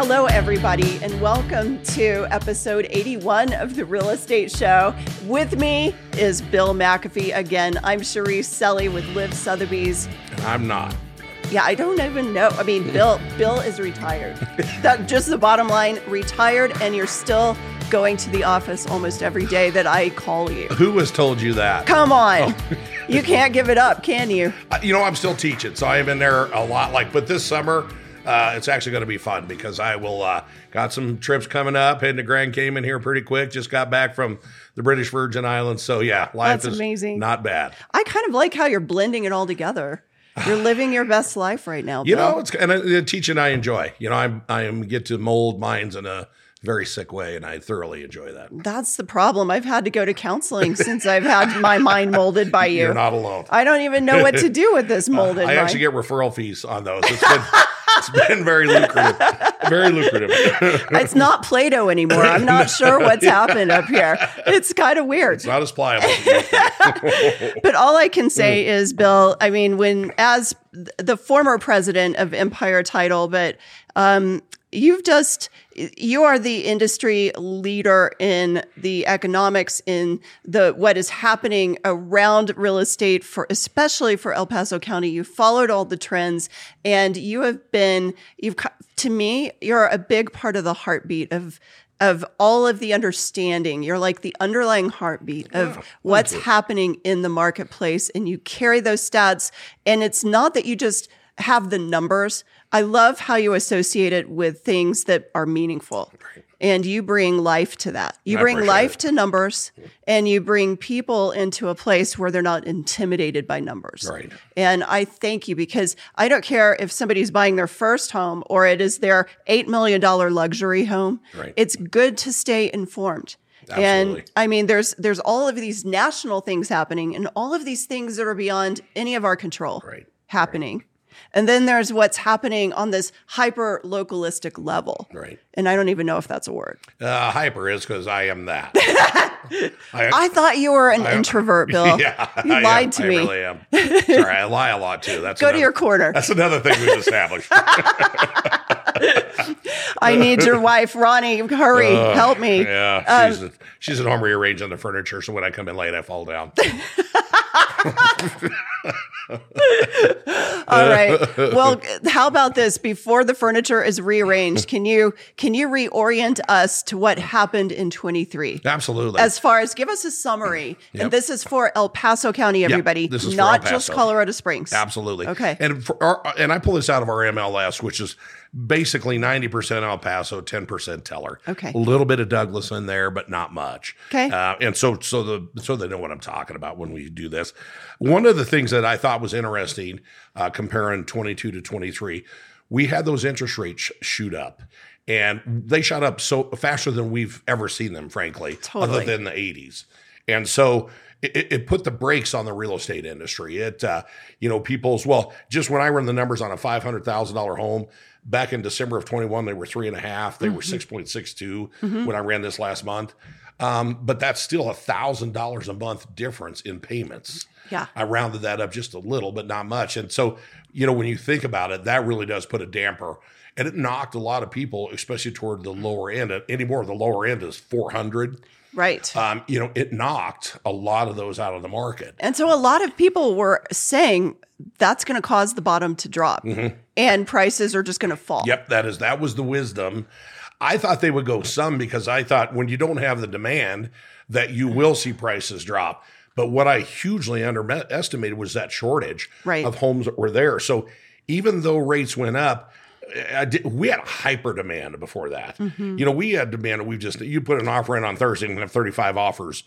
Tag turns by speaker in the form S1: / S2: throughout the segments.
S1: Hello, everybody, and welcome to episode 81 of The Real Estate Show. With me is Bill McAfee again. I'm Cherise Selly with Live Sotheby's.
S2: And I'm not.
S1: Yeah, I don't even know. I mean, Bill Bill is retired. That just the bottom line, retired and you're still going to the office almost every day that I call you.
S2: Who has told you that?
S1: Come on.
S2: Oh.
S1: you can't give it up, can you?
S2: Uh, You know, I'm still teaching, so I have been there a lot. Like, but this summer, uh, it's actually going to be fun because I will uh, got some trips coming up, heading to Grand Cayman here pretty quick. Just got back from the British Virgin Islands, so yeah, life
S1: That's
S2: is
S1: amazing.
S2: Not bad.
S1: I kind of like how you're blending it all together. You're living your best life right now,
S2: You
S1: Bill.
S2: know, it's and uh, the teaching I enjoy. You know, I'm I am get to mold minds in a very sick way, and I thoroughly enjoy that.
S1: That's the problem. I've had to go to counseling since I've had my mind molded by you.
S2: You're not alone.
S1: I don't even know what to do with this molded
S2: I
S1: mind.
S2: actually get referral fees on those. It's been, it's been very lucrative. Very lucrative.
S1: it's not Play-Doh anymore. I'm not sure what's happened up here. It's kind of weird.
S2: It's not as pliable. as it used to be.
S1: But all I can
S2: Mm.
S1: say is, Bill, I mean, when as th- the former president of Empire Title, but um, you've just you are the industry leader in the economics in the what is happening around real estate for especially for El Paso County. You followed all the trends, and you have been you've co- to me you're a big part of the heartbeat of. Of all of the understanding, you're like the underlying heartbeat of what's happening in the marketplace, and you carry those stats. And it's not that you just have the numbers. I love how you associate it with things that are meaningful. And you bring life to that. You
S2: I
S1: bring
S2: appreciate
S1: life to numbers and you bring people into a place where they're not intimidated by numbers.
S2: Right.
S1: And I thank you because I don't care if somebody's buying their first home or it is their $8 million luxury home.
S2: Right.
S1: It's good to stay informed.
S2: Absolutely.
S1: And I mean, there's there's all of these national things happening, and all of these things that are beyond any of our control
S2: Right.
S1: happening. And then there's what's happening on this hyper localistic level.
S2: Right.
S1: And I don't even know if that's a word.
S2: Uh, hyper is because I am that.
S1: I thought you were an introvert, Bill.
S2: yeah,
S1: you
S2: I am.
S1: lied to
S2: I
S1: me.
S2: really am. Sorry, I lie a lot too. That's
S1: Go to
S2: another,
S1: your corner.
S2: That's another thing we've established.
S1: I need your wife, Ronnie. Hurry, help me.
S2: Oh,
S1: Uh,
S2: yeah, she's, a, she's at home rearranging the furniture, so when I come in late, I fall down.
S1: All right. Well, how about this? Before the furniture is rearranged, can you can you reorient us to what happened in 23?
S2: Absolutely.
S1: As far as give us a summary, and
S2: Yep.
S1: this is for El Paso County, everybody,
S2: this is for
S1: not
S2: El
S1: just
S2: Paso.
S1: Colorado Springs.
S2: Absolutely.
S1: Okay.
S2: And for our, and I pull this out of our MLS, which is basically ninety percent El Paso, ten percent Teller.
S1: Okay.
S2: A little bit of Douglas in there, but not much.
S1: Okay.
S2: Uh, and so so the so they know what I'm talking about when we do this. One of the things that I thought was interesting, uh, comparing 22 to 23, we had those interest rates sh- shoot up. And they shot up so faster than we've ever seen them, frankly,
S1: Totally.
S2: other than the 80s. And so it, it- it put the brakes on the real estate industry. It, uh, you know, people's, well, just when I run the numbers on a $500,000 home back in December of 21, they were three and a half, they were 6.62 when I ran this last month. Um, but that's still a thousand dollars a month difference in payments.
S1: Yeah.
S2: I rounded that up just a little, but not much. And so, you know, when you think about it, that really does put a damper. And it knocked a lot of people, especially toward the lower end. Anymore, the lower end is 400
S1: Right.
S2: um, you know, it knocked a lot of those out of the market.
S1: And so a lot of people were saying that's going to cause the bottom to drop and prices are just going to fall.
S2: Mm-hmm. Yep, that is that was the wisdom. I thought they would go some because I thought when you don't have the demand that you will see prices drop. But what I hugely underestimated was that shortage
S1: Right.
S2: of homes that were there. So even though rates went up, I did, we had a hyper demand before that. You know, we had demand. We just you put an offer in on Thursday and have thirty five offers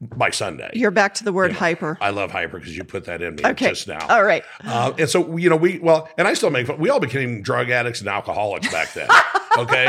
S2: by Sunday.
S1: You're back to the word hyper.
S2: I love hyper because you put that in me
S1: Okay.
S2: just now.
S1: All right.
S2: Uh, and so, you know, we, well, and I still make fun. We all became drug addicts and alcoholics back then. Okay.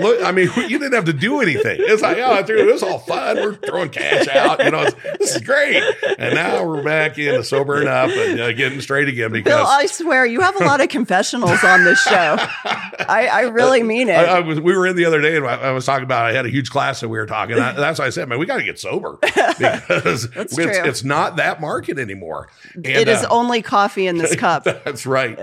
S2: Look, I mean, you didn't have to do anything. It's like, oh, dude, it was all fun. We're throwing cash out. You know, it's, this is great. And now we're back into sobering up and uh, getting straight again because.
S1: Bill, I swear you have a lot of confessionals on this show. I, I really mean it.
S2: I, I was, we were in the other day and I, I was talking about I had a huge class that we were talking. I, that's why I said, man, we got to get sober because it's,
S1: true.
S2: it's not that market anymore. And,
S1: it is
S2: uh,
S1: only coffee in this cup.
S2: That's right.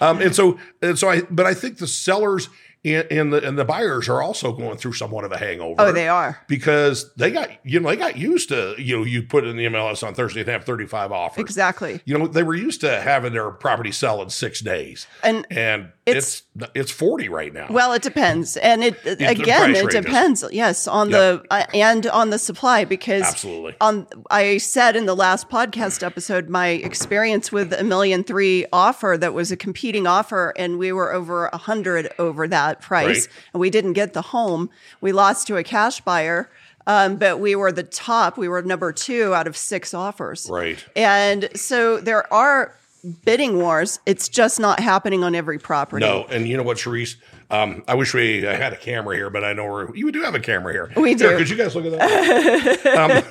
S2: um, and so, and so I, but I think the sellers and, and the and the buyers are also going through somewhat of a hangover.
S1: Oh, they are.
S2: because they got you know they got used to you know you put in the MLS on Thursday and have thirty five offers.
S1: Exactly.
S2: You know they were used to having their property sell in six days,
S1: And
S2: and it's
S1: It's-
S2: it's, forty right now.
S1: Well, it depends, and it again,
S2: price
S1: it
S2: ranges.
S1: depends. Yes, on the uh, and on the supply because
S2: Absolutely.
S1: on I said in the last podcast episode my experience with a million three offer that was a competing offer, and we were over a hundred over that price,
S2: Right.
S1: and we didn't get the home. We lost to a cash buyer. Um, but we were the top. We were number two out of six offers.
S2: Right.
S1: And so there are bidding wars. It's just not happening on every property.
S2: No, and you know what, Sharice? Um, I wish we I had a camera here, but I know we're, you do have a camera here.
S1: We
S2: Here,
S1: do.
S2: could you guys look at that?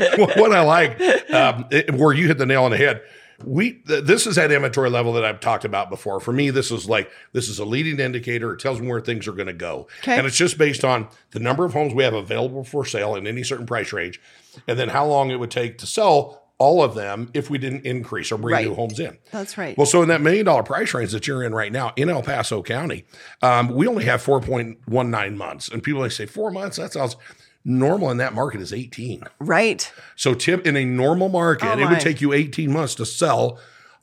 S2: um, what- what I like, um, it- where you hit the nail on the head. We th- this is that inventory level that I've talked about before. For me, this is like this is a leading indicator. It tells me where things are going to go,
S1: Okay.
S2: and it's just based on the number of homes we have available for sale in any certain price range, and then how long it would take to sell all of them if we didn't increase or bring new
S1: Right.
S2: homes in.
S1: That's right.
S2: Well, so in that million dollar price range that you're in right now in El Paso County, um, we only have 4.19 months. And people may say, four months? That sounds normal in that market is 18.
S1: right.
S2: So, tip in a normal market,
S1: Oh,
S2: it
S1: my.
S2: would take you 18 months to sell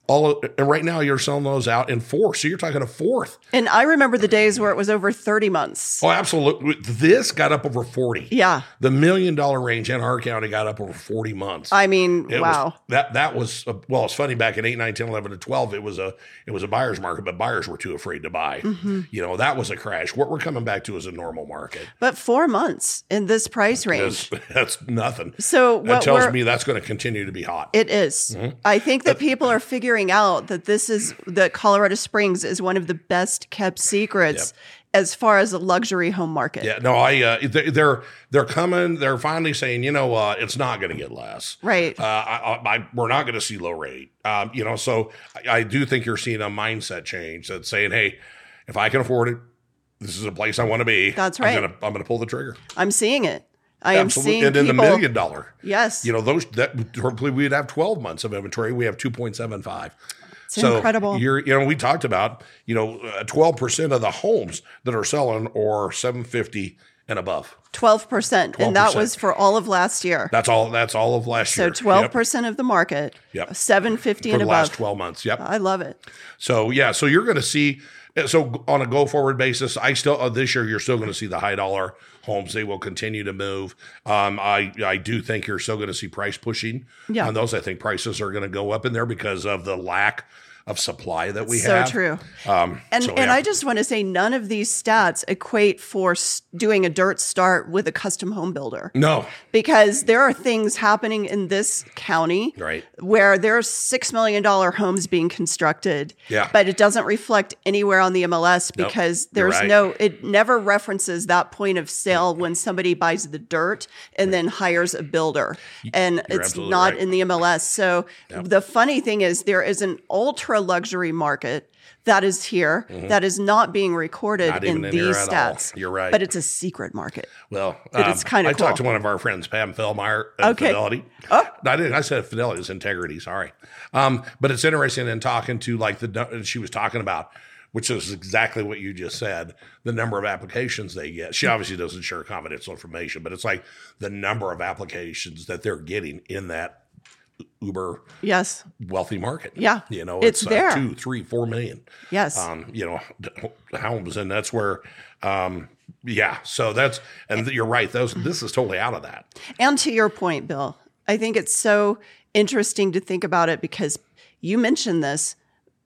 S2: all of, and right now you're selling those out in four. So, you're talking a fourth.
S1: And I remember the days where it was over 30 months.
S2: Oh, absolutely. This got up over 40.
S1: Yeah.
S2: The million dollar range in our county got up over 40 months.
S1: I mean,
S2: It
S1: wow.
S2: Was, that that was a, well. It's funny back in 8, 9, 10, 11, and 12, it was a it was a buyer's market, but buyers were too afraid to buy.
S1: Mm-hmm.
S2: You know, that was a crash. What we're coming back to is a normal market.
S1: but four months in this price range.
S2: That's, that's nothing.
S1: So
S2: That
S1: what
S2: tells
S1: we're-
S2: me Mm-hmm. that's going to continue to be hot.
S1: it is. I think that people are figuring out that this is that Colorado Springs is one of the best kept secrets as far as the luxury home market.
S2: Yeah, no, I uh, they- they're they're coming. They're finally saying, you know, uh, it's not going to get less.
S1: Right.
S2: Uh, I, I, I, we're not going to see low rate. Um, you know, so I, I do think you're seeing a mindset change that's saying, hey, if I can afford it, this is a place I want to be.
S1: That's
S2: I'm
S1: right.
S2: gonna, I'm going to pull the trigger.
S1: I'm seeing it. I am
S2: Absolutely.
S1: seeing
S2: and in
S1: people.
S2: the million dollar.
S1: yes.
S2: You know, those that hopefully we'd have 12 months of inventory. We have 2.75.
S1: It's incredible.
S2: You're, you know, we talked about, you know, uh, 12% of the homes that are selling are 750 and above.
S1: 12%, And that
S2: 12%.
S1: was for all of last year.
S2: That's all, that's all of last
S1: so
S2: year.
S1: 12% of the market,
S2: Yep.
S1: 750
S2: Yep. for
S1: and
S2: the
S1: above.
S2: last 12 months. Yep.
S1: I love it.
S2: So, yeah. So you're going to see, eh, so on a go forward basis, I still, uh, this year, you're still going to see the high dollar homes. They will continue to move. Um, I, I do think you're still going to see price pushing
S1: Yeah.
S2: on those. I think prices are going to go up in there because of the lack of supply that we
S1: so
S2: have.
S1: true.
S2: Um,
S1: And
S2: so,
S1: and
S2: yeah.
S1: I just want to say none of these stats equate for s- doing a dirt start with a custom home builder
S2: no,
S1: because there are things happening in this county
S2: Right.
S1: where there are 6 million dollar homes being constructed
S2: Yeah.
S1: but it doesn't reflect anywhere on the MLS
S2: Nope.
S1: because
S2: You're
S1: there's
S2: right.
S1: no it never references that point of sale when somebody buys the dirt and then hires a builder and it's
S2: absolutely
S1: not
S2: right.
S1: in the MLS so the funny thing is there is an ultra luxury market that is here that is not being recorded
S2: Mm-hmm. Not
S1: in
S2: even in here
S1: these
S2: at all.
S1: stats
S2: You're right.
S1: but it's a secret market
S2: well, um,
S1: But it's kinda
S2: I talked to
S1: cool.
S2: one of our friends, Pam Fellmeyer at
S1: Okay.
S2: Fidelity.
S1: Oh,
S2: No, I didn't. I said Fidelity. It's Integrity. Sorry. Um, but it's interesting in talking to like the nu- she was talking about, which is exactly what you just said. The number of applications they get. She obviously doesn't share confidential information, but it's like the number of applications that they're getting in that uber
S1: yes
S2: wealthy market.
S1: Yeah.
S2: You know, it's,
S1: It's there.
S2: Uh, two, three, four million.
S1: yes
S2: um, you know, the homes, and that's where, um, yeah. So that's and you're right. Those this is totally out of that.
S1: And to your point, Bill, I think it's so interesting to think about it because you mentioned this.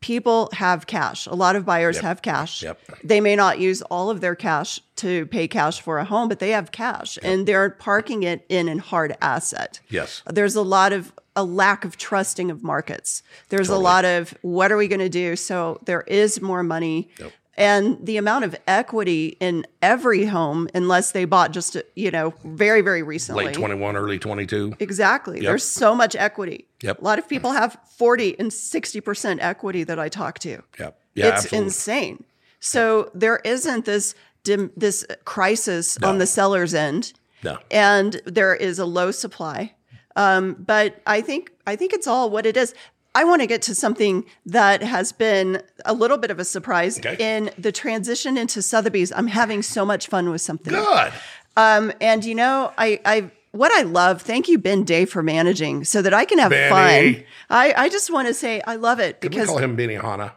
S1: People have cash. A lot of buyers have cash.
S2: Yep.
S1: They may not use all of their cash to pay cash for a home, but they have cash and they're parking it in an hard asset.
S2: Yes,
S1: There's a lot of a lack of trusting of markets. There's a lot of what are we going to do? So there is more money. And the amount of equity in every home, unless they bought just, you know, very, very recently.
S2: late twenty one, early twenty two.
S1: Exactly. There's so much equity.
S2: Yep.
S1: A lot of people have 40 and 60% equity that I talk to.
S2: Yep. Yeah.
S1: it's
S2: absolutely.
S1: insane. So there isn't this dim, this crisis on the seller's end
S2: no.
S1: and there is a low supply. Um, but I think I think it's all what it is. I want to get to something that has been a little bit of a surprise
S2: Okay.
S1: in the transition into Sotheby's. I'm having so much fun with something.
S2: Good.
S1: Um, and you know, I, I, what I love, thank you, Ben Day, for managing so that I can have
S2: Benny.
S1: fun. I, I just want to say I love it
S2: Can we
S1: because
S2: call him Benny Hanna?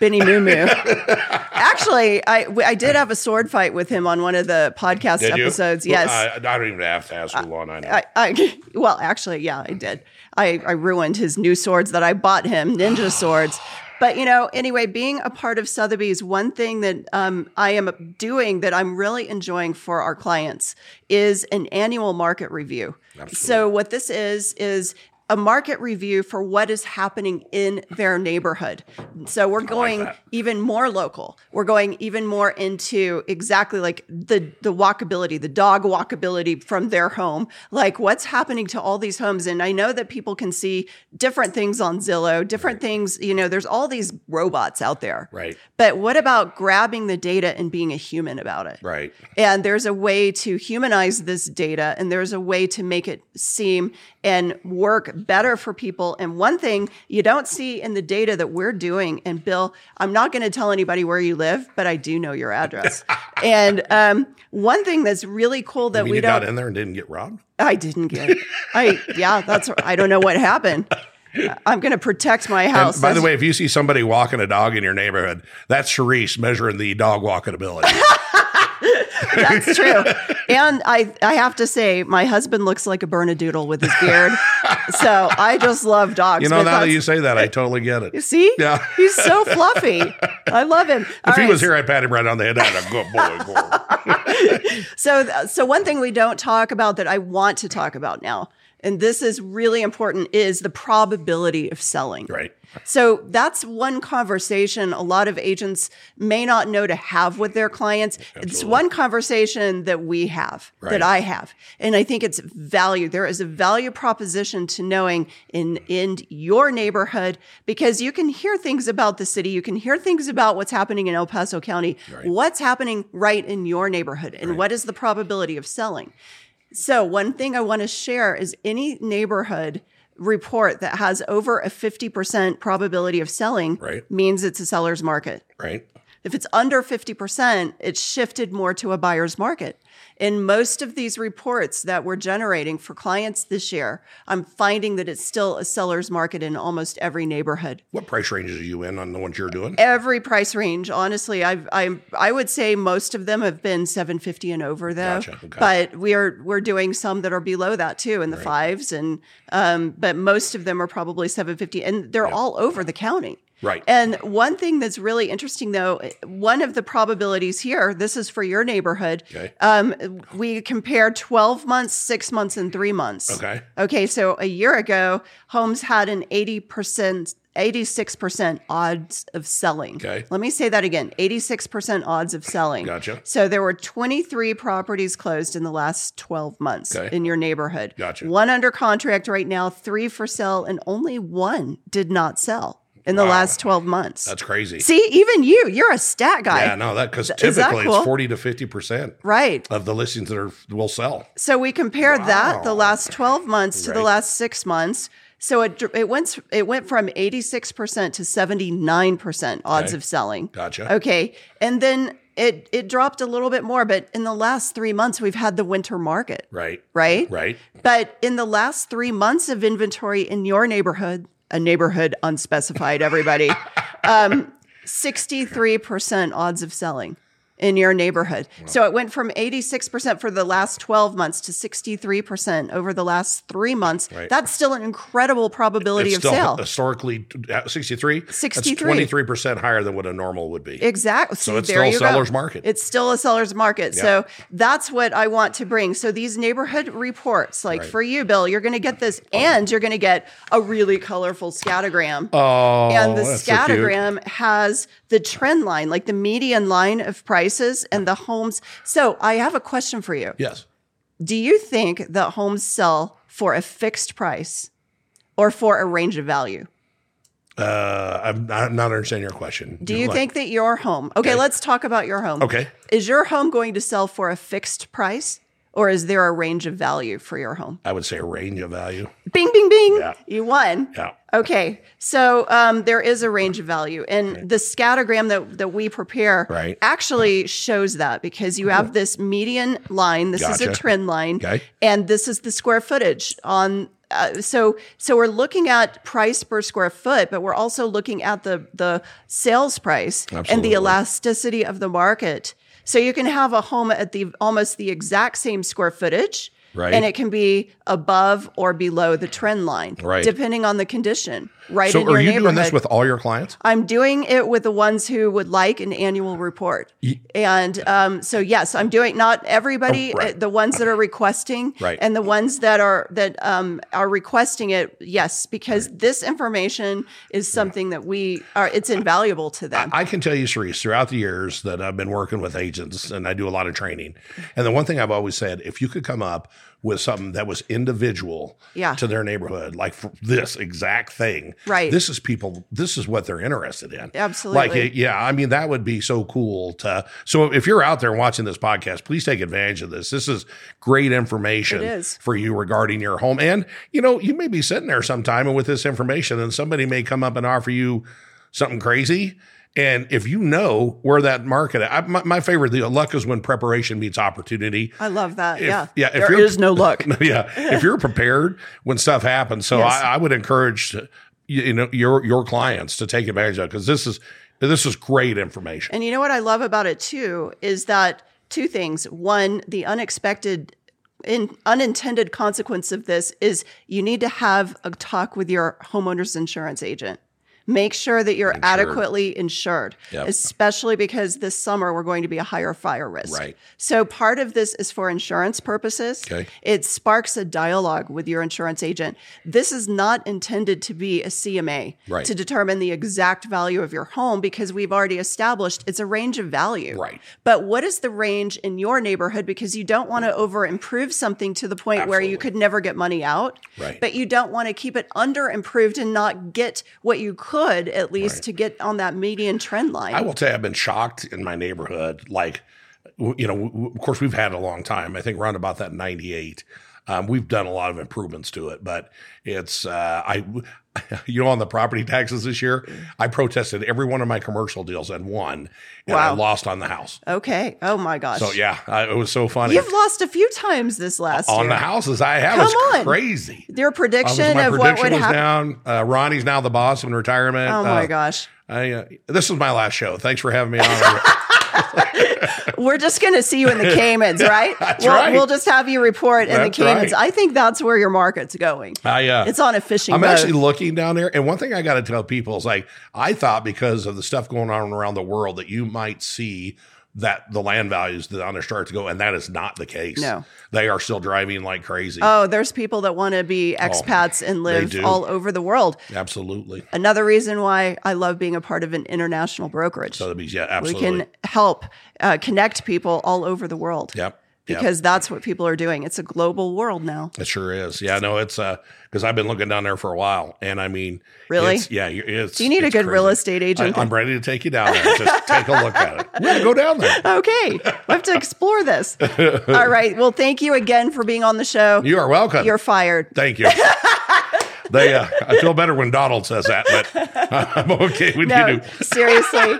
S1: Benny Moo Moo. Actually, I, I did have a sword fight with him on one of the podcast
S2: Did you?
S1: episodes. Yes. Uh,
S2: I, I don't even have to ask Mulan. I know.
S1: I, I well, actually, yeah, I did. I, I ruined his new swords that I bought him, ninja swords. But you know, anyway, being a part of Sotheby's, one thing that um, I am doing that I'm really enjoying for our clients is an annual market review. So what this is is a market review for what is happening in their neighborhood. So we're going
S2: that.
S1: even more local. We're going even more into exactly like the the walkability, the dog walkability from their home. Like what's happening to all these homes and I know that people can see different things on Zillow, different things, you know, there's all these robots out there.
S2: Right.
S1: But what about grabbing the data and being a human about it?
S2: right.
S1: And there's a way to humanize this data and there's a way to make it seem and work better for people. And one thing you don't see in the data that we're doing, and Bill, I'm not going to tell anybody where you live, but I do know your address. and um, one thing that's really cool that
S2: I mean,
S1: we
S2: you
S1: don't,
S2: got in there and didn't get robbed.
S1: I didn't get, I, yeah, that's, I don't know what happened. I'm going to protect my
S2: And
S1: house.
S2: by the
S1: That's-
S2: way, if you see somebody walking a dog in your neighborhood, that's Charisse measuring the dog walking ability.
S1: That's true. And I, I have to say, my husband looks like a Bernadoodle with his beard. so I just love dogs.
S2: You know,
S1: but
S2: now that
S1: that's-
S2: you say that, I totally get it.
S1: you see?
S2: Yeah.
S1: He's so fluffy. I love him. All
S2: If he
S1: right,
S2: was here, I'd pat him right on the head. I'd go, boy, boy.
S1: So, so one thing we don't talk about that I want to talk about now, and this is really important, is the probability of selling.
S2: Right.
S1: So that's one conversation a lot of agents may not know to have with their clients. It's one conversation that we have,
S2: Right.
S1: that I have. And I think it's value. There is a value proposition to knowing in, in your neighborhood because you can hear things about the city. You can hear things about what's happening in El Paso County, what's happening right in your neighborhood, and what is the probability of selling. So, one thing I want to share is any neighborhood report that has over a 50% probability of selling
S2: Right.
S1: means it's a seller's market.
S2: Right.
S1: If it's under 50%, it's shifted more to a buyer's market. In most of these reports that we're generating for clients this year, I'm finding that it's still a seller's market in almost every neighborhood
S2: What price ranges are you in on the ones you're doing?
S1: every price range. Honestly, I've I I would say most of them have been 750 and over though.
S2: Gotcha, okay.
S1: But we are we're doing some that are below that too in the fives and um but most of them are probably 750 and they're all over the county.
S2: Right.
S1: And one thing that's really interesting though, one of the probabilities here, this is for your neighborhood.
S2: Okay.
S1: Um we compare 12 months, 6 months and 3 months.
S2: Okay.
S1: Okay, so a year ago, homes had an 80%, 86% odds of selling.
S2: Okay.
S1: Let me say that again 86% odds of selling.
S2: Gotcha.
S1: So there were 23 properties closed in the last 12 months
S2: Okay.
S1: in your neighborhood.
S2: Gotcha.
S1: One under contract right now, three for sale, and only one did not sell in the
S2: Wow.
S1: last 12 months.
S2: That's crazy.
S1: See, even you, you're a stat guy.
S2: yeah, no, that because
S1: is that
S2: typically
S1: cool?
S2: it's 40 to 50%
S1: Right.
S2: of the listings that are will sell.
S1: So we compared that the
S2: Wow.
S1: last 12 months to the
S2: Right.
S1: last 6 months. So it dr- it went s- it went from 86% to 79% odds
S2: Okay.
S1: of selling.
S2: Gotcha.
S1: Okay. And then it it dropped a little bit more, but in the last 3 months we've had the winter market,
S2: Right.
S1: right?
S2: Right.
S1: But in the last 3 months of inventory in your neighborhood, a neighborhood unspecified everybody, um 63% odds of selling in your neighborhood. So it went from 86% for the last 12 months to 63% over the last 3 months.
S2: Right.
S1: That's still an incredible probability
S2: It's
S1: of
S2: still
S1: sale.
S2: historically uh, 63.
S1: 63.
S2: That's 23% higher than what a normal would be.
S1: Exactly.
S2: So it's still a seller's market.
S1: It's still a seller's market. So that's what I want to bring. So these neighborhood reports, like
S2: Right.
S1: for you, Bill, you're going to get this, and you're going to get a really colorful scattergram.
S2: oh,
S1: and the
S2: that's so cute.
S1: scattergram has the trend line, like the median line of prices and the homes. So I have a question for you.
S2: Yes.
S1: Do you think that homes sell for a fixed price or for a range of value?
S2: Uh, I'm not, I'm not understanding your question.
S1: Do
S2: You're
S1: you
S2: like-
S1: think that your home, okay, let's talk about your home.
S2: Okay.
S1: Is your home going to sell for a fixed price or is there a range of value for your home?
S2: I would say a range of value.
S1: Bing, bing, bing.
S2: Yeah.
S1: You won.
S2: Yeah.
S1: Okay, so um, there is a range of value, and the scattergram that, that we prepare
S2: Right.
S1: actually shows that because you have this median line. This is a
S2: Gotcha.
S1: trend line,
S2: Okay.
S1: and this is the square footage on. Uh, so, so we're looking at price per square foot, but we're also looking at the the sales price and
S2: Absolutely.
S1: the elasticity of the market. So you can have a home at the almost the exact same square footage,
S2: Right.
S1: and it can be above or below the trend line,
S2: Right.
S1: depending on the condition, right in
S2: So
S1: your
S2: are you doing this
S1: neighborhood.
S2: with all your clients?
S1: I'm doing it with the ones who would like an annual report. And um, so, yes, I'm doing not everybody,
S2: Oh, right.
S1: uh, the ones that are requesting
S2: Right.
S1: and the ones that are that um, are requesting it. Yes, because this information is something that we are. It's invaluable to them.
S2: I can tell you, Cerise, throughout the years that I've been working with agents and I do a lot of training. And the one thing I've always said, if you could come up with something that was individual
S1: Yeah.
S2: to their neighborhood, like for this exact thing,
S1: Right.
S2: This is people, this is what they're interested in.
S1: Absolutely.
S2: Like, yeah, I mean, that would be so cool to. So if you're out there watching this podcast, please take advantage of this. This is great information
S1: It is.
S2: for you regarding your home. And, you know, you may be sitting there sometime and with this information, and somebody may come up and offer you something crazy. And if you know where that market, I, my, my favorite, the luck is when preparation meets opportunity.
S1: I love that.
S2: If-
S1: yeah.
S2: yeah, if
S1: there
S2: you're-
S1: is no luck.
S2: yeah, if you're prepared when stuff happens, so
S1: Yes.
S2: I, I would encourage you- you know your your clients to take advantage of because this is this is great information.
S1: And you know what I love about it too is that two things. One, the unexpected in unintended consequence of this is you need to have a talk with your homeowner's insurance agent. Make sure that you're adequately insured,
S2: Yep.
S1: especially because this summer we're going to be a higher fire risk.
S2: Right.
S1: So part of this is for insurance purposes.
S2: Okay.
S1: It sparks a dialogue with your insurance agent. This is not intended to be a CMA
S2: Right.
S1: to determine the exact value of your home because we've already established it's a range of value.
S2: Right.
S1: But what is the range in your neighborhood? Because you don't want to over improve something to the point where you
S2: Absolutely.
S1: could never get money out.
S2: Right.
S1: But you don't want to keep it under improved and not get what you could at least to get on that median trend line.
S2: I will tell you, I've been shocked in my neighborhood. Like, w- you know, w- w- of course, we've had it a long time. I think around about that 98. Um, we've done a lot of improvements to it, but it's, uh, I, you know, on the property taxes this year, I protested every one of my commercial deals and won, and I
S1: Wow.
S2: lost on the house.
S1: okay. Oh my gosh.
S2: So, yeah, I, it was so funny.
S1: You've lost a few times this last
S2: on
S1: year.
S2: the houses I have,
S1: Come
S2: it's
S1: on.
S2: crazy.
S1: Their
S2: I was-
S1: prediction
S2: my
S1: of what
S2: prediction
S1: would
S2: was
S1: happen.
S2: down. Uh, Ronnie's now the boss in retirement.
S1: Oh my
S2: Uh,
S1: gosh.
S2: I, uh, this is my last show. Thanks for having me on.
S1: We're just going to see you in the Caymans, right?
S2: That's
S1: we'll,
S2: right.
S1: we'll just have you report in
S2: That's
S1: the Caymans.
S2: right.
S1: I think that's where your market's going.
S2: I, uh,
S1: It's on a fishing
S2: I'm
S1: boat.
S2: actually looking down there, and one thing I got to tell people is like I thought because of the stuff going on around the world that you might see that the land values that on their chart to go, and that is not the case.
S1: No.
S2: they are still driving like crazy.
S1: oh, there's people that want to be expats and live
S2: Oh, do.
S1: all over the world.
S2: absolutely,
S1: Another reason why I love being a part of an international brokerage.
S2: so that means yeah,
S1: we
S2: absolutely.
S1: can help uh, connect people all over the world
S2: yep. yep.
S1: because that's what people are doing. It's a global world now.
S2: It sure is. Yeah, no, it's uh, because I've been looking down there for a while, and I mean,
S1: Really?
S2: it's, yeah, you- it's.
S1: Do you need a
S2: it's
S1: good
S2: crazy.
S1: real estate
S2: I,
S1: agent?
S2: I'm ready to take you down there. Just take a look at it. Yeah, go down there.
S1: okay, we have to explore this. all right. Well, thank you again for being on the show.
S2: You are welcome.
S1: You're fired.
S2: Thank you. they, uh, I feel better when Donald says that, but I'm okay when you
S1: No,
S2: do.
S1: seriously.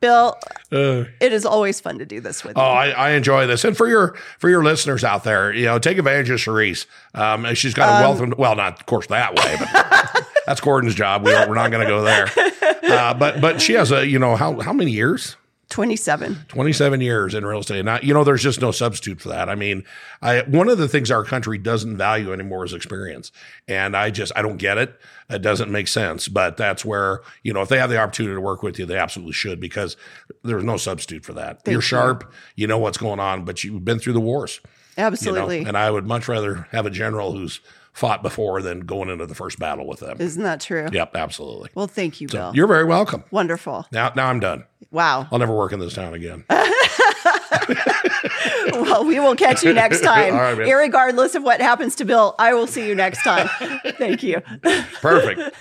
S1: Bill,
S2: Uh,
S1: it is always fun to do this with
S2: oh,
S1: you.
S2: I, I enjoy this, and for your for your listeners out there, you know, take advantage of Cerise. Um, and she's got a wealth of well, not of course that way, but that's Gordon's job. We don't, we're not going to go there. Uh, but but she has a you know how how many years?
S1: 27.
S2: 27 years in real estate. And I, you know, there's just no substitute for that. I mean, I, one of the things our country doesn't value anymore is experience. And I just, I don't get it. It doesn't make sense. But that's where, you know, if they have the opportunity to work with you, they absolutely should because there's no substitute for that. You're
S1: you.
S2: sharp, you know what's going on, but you've been through the wars. You know?
S1: Absolutely.
S2: And I would much rather have a general who's fought before than going into the first battle with them.
S1: Isn't that true?
S2: Yep, absolutely.
S1: Well, thank you, Bill.
S2: You're very welcome.
S1: Wonderful.
S2: Now, now I'm done.
S1: Wow.
S2: I'll never work in this town again.
S1: Well, we will catch you next time.
S2: All right, man.
S1: Irregardless of what happens to Bill, I will see you next time. Thank you.
S2: Perfect.